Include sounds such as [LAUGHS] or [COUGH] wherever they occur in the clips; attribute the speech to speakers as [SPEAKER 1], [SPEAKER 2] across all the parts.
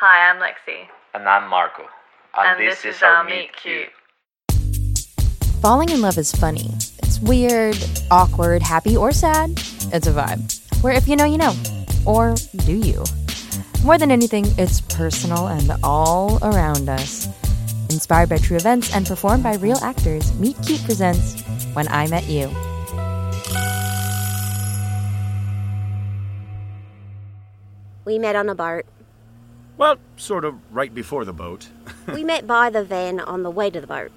[SPEAKER 1] Hi, I'm Lexi.
[SPEAKER 2] And I'm Marco. And, this, is our Meet Cute.
[SPEAKER 3] Falling in love is funny. It's weird, awkward, happy, or sad. It's a vibe. Where if you know, you know. Or do you? More than anything, it's personal and all around us. Inspired by true events and performed by real actors, Meet Cute presents When I Met You.
[SPEAKER 4] We met on a boat.
[SPEAKER 5] Well, sort of right before the boat. [LAUGHS]
[SPEAKER 4] we met by the van on the way to the boat.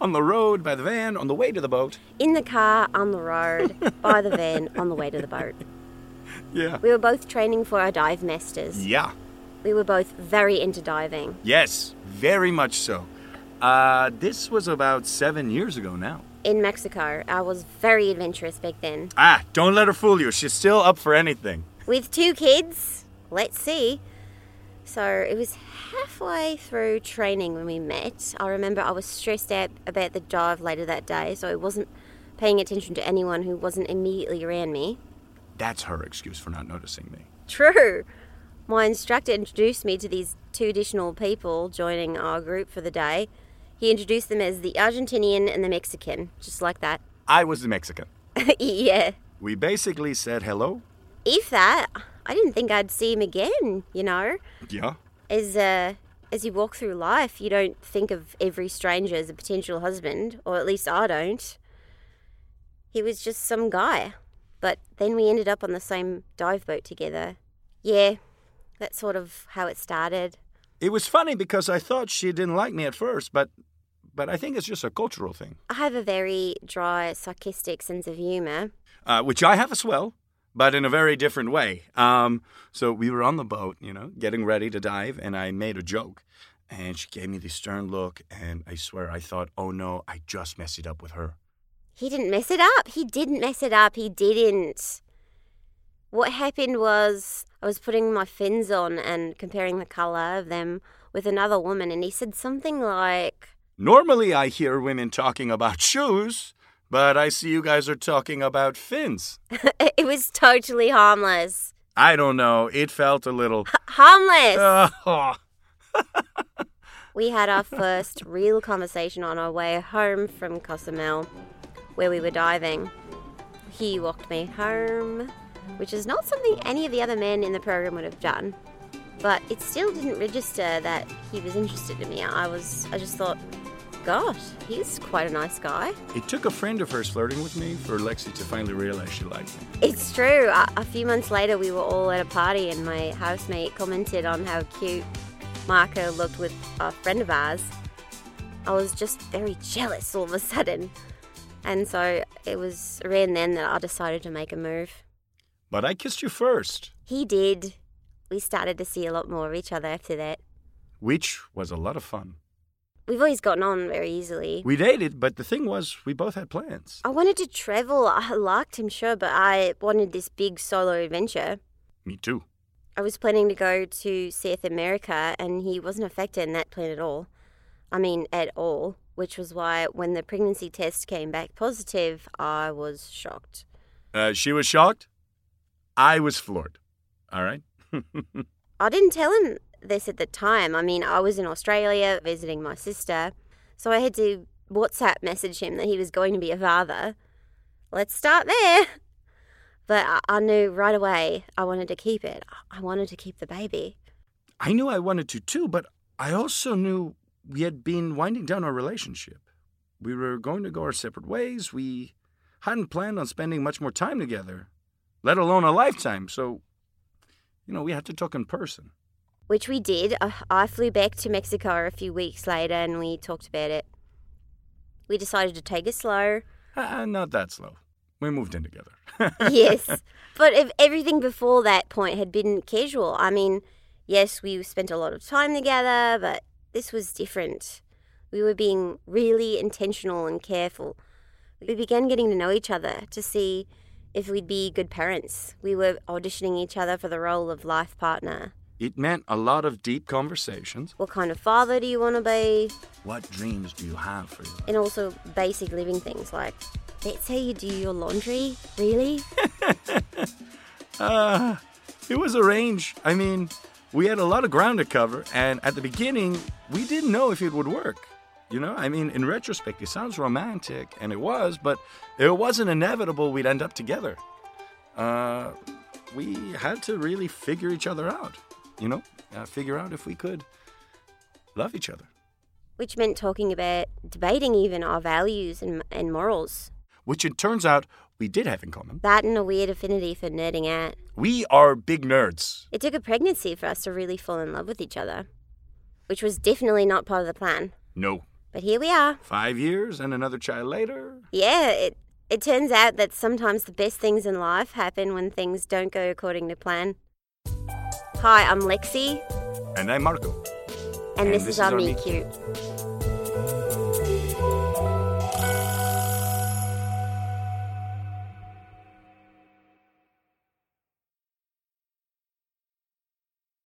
[SPEAKER 5] On the road, by the van, on the way to the boat.
[SPEAKER 4] In the car, on the road, by the van, on the way to the boat.
[SPEAKER 5] Yeah.
[SPEAKER 4] We were both training for our dive masters.
[SPEAKER 5] Yeah.
[SPEAKER 4] We were both very into diving.
[SPEAKER 5] Yes, very much so. Uh, this was about seven years ago now.
[SPEAKER 4] In Mexico, I was very adventurous back then.
[SPEAKER 5] Ah, don't let her fool you. She's still up for anything.
[SPEAKER 4] With two kids, let's see. So it was halfway through training when we met. I remember I was stressed out about the dive later that day, so I wasn't paying attention to anyone who wasn't immediately around me.
[SPEAKER 5] That's her excuse for not noticing me.
[SPEAKER 4] True. My instructor introduced me to these two additional people joining our group for the day. He introduced them as the Argentinian and the Mexican, just like that. [LAUGHS]
[SPEAKER 5] I was the Mexican.
[SPEAKER 4] yeah.
[SPEAKER 5] We basically said hello.
[SPEAKER 4] If that, I didn't think I'd see him again, you know?
[SPEAKER 5] Yeah.
[SPEAKER 4] As, uh, as you walk through life, you don't think of every stranger as a potential husband, or at least I don't. He was just some guy. But then we ended up on the same dive boat together. Yeah, that's sort of how it started.
[SPEAKER 5] It was funny because I thought she didn't like me at first, but but I think it's just a cultural thing,
[SPEAKER 4] I have a very dry, sarcastic sense of humour.
[SPEAKER 5] uh, which I have as well, but in a very different way. Um, so we were on the boat, you know, getting ready to dive, and I made a joke, and she gave me the stern look, and I swear I thought, oh no, I just messed it up with her.
[SPEAKER 4] He didn't mess it up. He didn't mess it up. He didn't. What happened was I was putting my fins on and comparing the colour of them with another woman, and he said something like, [LAUGHS]
[SPEAKER 5] Normally, I hear women talking about shoes, but I see you guys are talking about fins.
[SPEAKER 4] It was totally harmless.
[SPEAKER 5] I don't know. It felt a little. [LAUGHS]
[SPEAKER 4] Harmless!
[SPEAKER 5] Oh,
[SPEAKER 4] We had our first real conversation on our way home from Cozumel, where we were diving. He walked me home, which is not something any of the other men in the program would have done. But it still didn't register that he was interested in me. I was, I just thought, gosh, he's quite a nice guy.
[SPEAKER 5] it took a friend of hers flirting with me for Lexi to finally realize she liked me.
[SPEAKER 4] It's true. A, a few months later, we were all at a party, and my housemate commented on how cute Marco looked with a friend of ours. I was just very jealous all of a sudden. And so it was around then that I decided to make a move.
[SPEAKER 5] But I kissed you first,
[SPEAKER 4] He did. We started to see a lot more of each other after that.
[SPEAKER 5] which was a lot of fun.
[SPEAKER 4] We've always gotten on very easily.
[SPEAKER 5] We dated, but the thing was, we both had plans.
[SPEAKER 4] I wanted to travel. [LAUGHS] I liked him, sure, but I wanted this big solo adventure.
[SPEAKER 5] Me too.
[SPEAKER 4] I was planning to go to South America, and he wasn't a factor in that plan at all. I mean, at all, which was why when the pregnancy test came back positive, I was shocked.
[SPEAKER 5] Uh, she was shocked. I was floored. All right. [LAUGHS]
[SPEAKER 4] I didn't tell him this at the time. I mean, I was in Australia visiting my sister, so I had to WhatsApp message him that he was going to be a father. Let's start there. [LAUGHS] But I- I knew right away I wanted to keep it. I- I wanted to keep the baby.
[SPEAKER 5] I knew I wanted to too, but I also knew we had been winding down our relationship. We were going to go our separate ways. We hadn't planned on spending much more time together, let alone a lifetime. So, you know, we had to talk in person.
[SPEAKER 4] which we did. I I flew back to Mexico a few weeks later and we talked about it. We decided to take it slow.
[SPEAKER 5] Ah, not that slow. We moved in together. [LAUGHS]
[SPEAKER 4] yes. But if everything before that point had been casual, I mean, yes, we spent a lot of time together, but this was different. We were being really intentional and careful. We began getting to know each other to see if we'd be good parents. We were auditioning each other for the role of life partner.
[SPEAKER 5] It meant a lot of deep conversations.
[SPEAKER 4] What kind of father do you want to be?
[SPEAKER 5] What dreams do you have for you?
[SPEAKER 4] and also basic living things like that's how you do your laundry really
[SPEAKER 5] Uh, it was a range. I mean, we had a lot of ground to cover, and at the beginning, we didn't know if it would work. You know, I mean, in retrospect, it sounds romantic, and it was, but it wasn't inevitable we'd end up together. Uh, we had to really figure each other out, you know, uh, figure out if we could love each other.
[SPEAKER 4] Which meant talking about debating even our values and, and morals.
[SPEAKER 5] Which it turns out we did have in common.
[SPEAKER 4] That and a weird affinity for nerding out.
[SPEAKER 5] We are big nerds.
[SPEAKER 4] It took a pregnancy for us to really fall in love with each other, which was definitely not part of the plan.
[SPEAKER 5] No.
[SPEAKER 4] But here we are.
[SPEAKER 5] Five years and another child later.
[SPEAKER 4] Yeah, it, it turns out that sometimes the best things in life happen when things don't go according to plan. Hi, I'm Lexi.
[SPEAKER 5] And I'm Marco.
[SPEAKER 4] And, and this, this, is, is our Me Cute.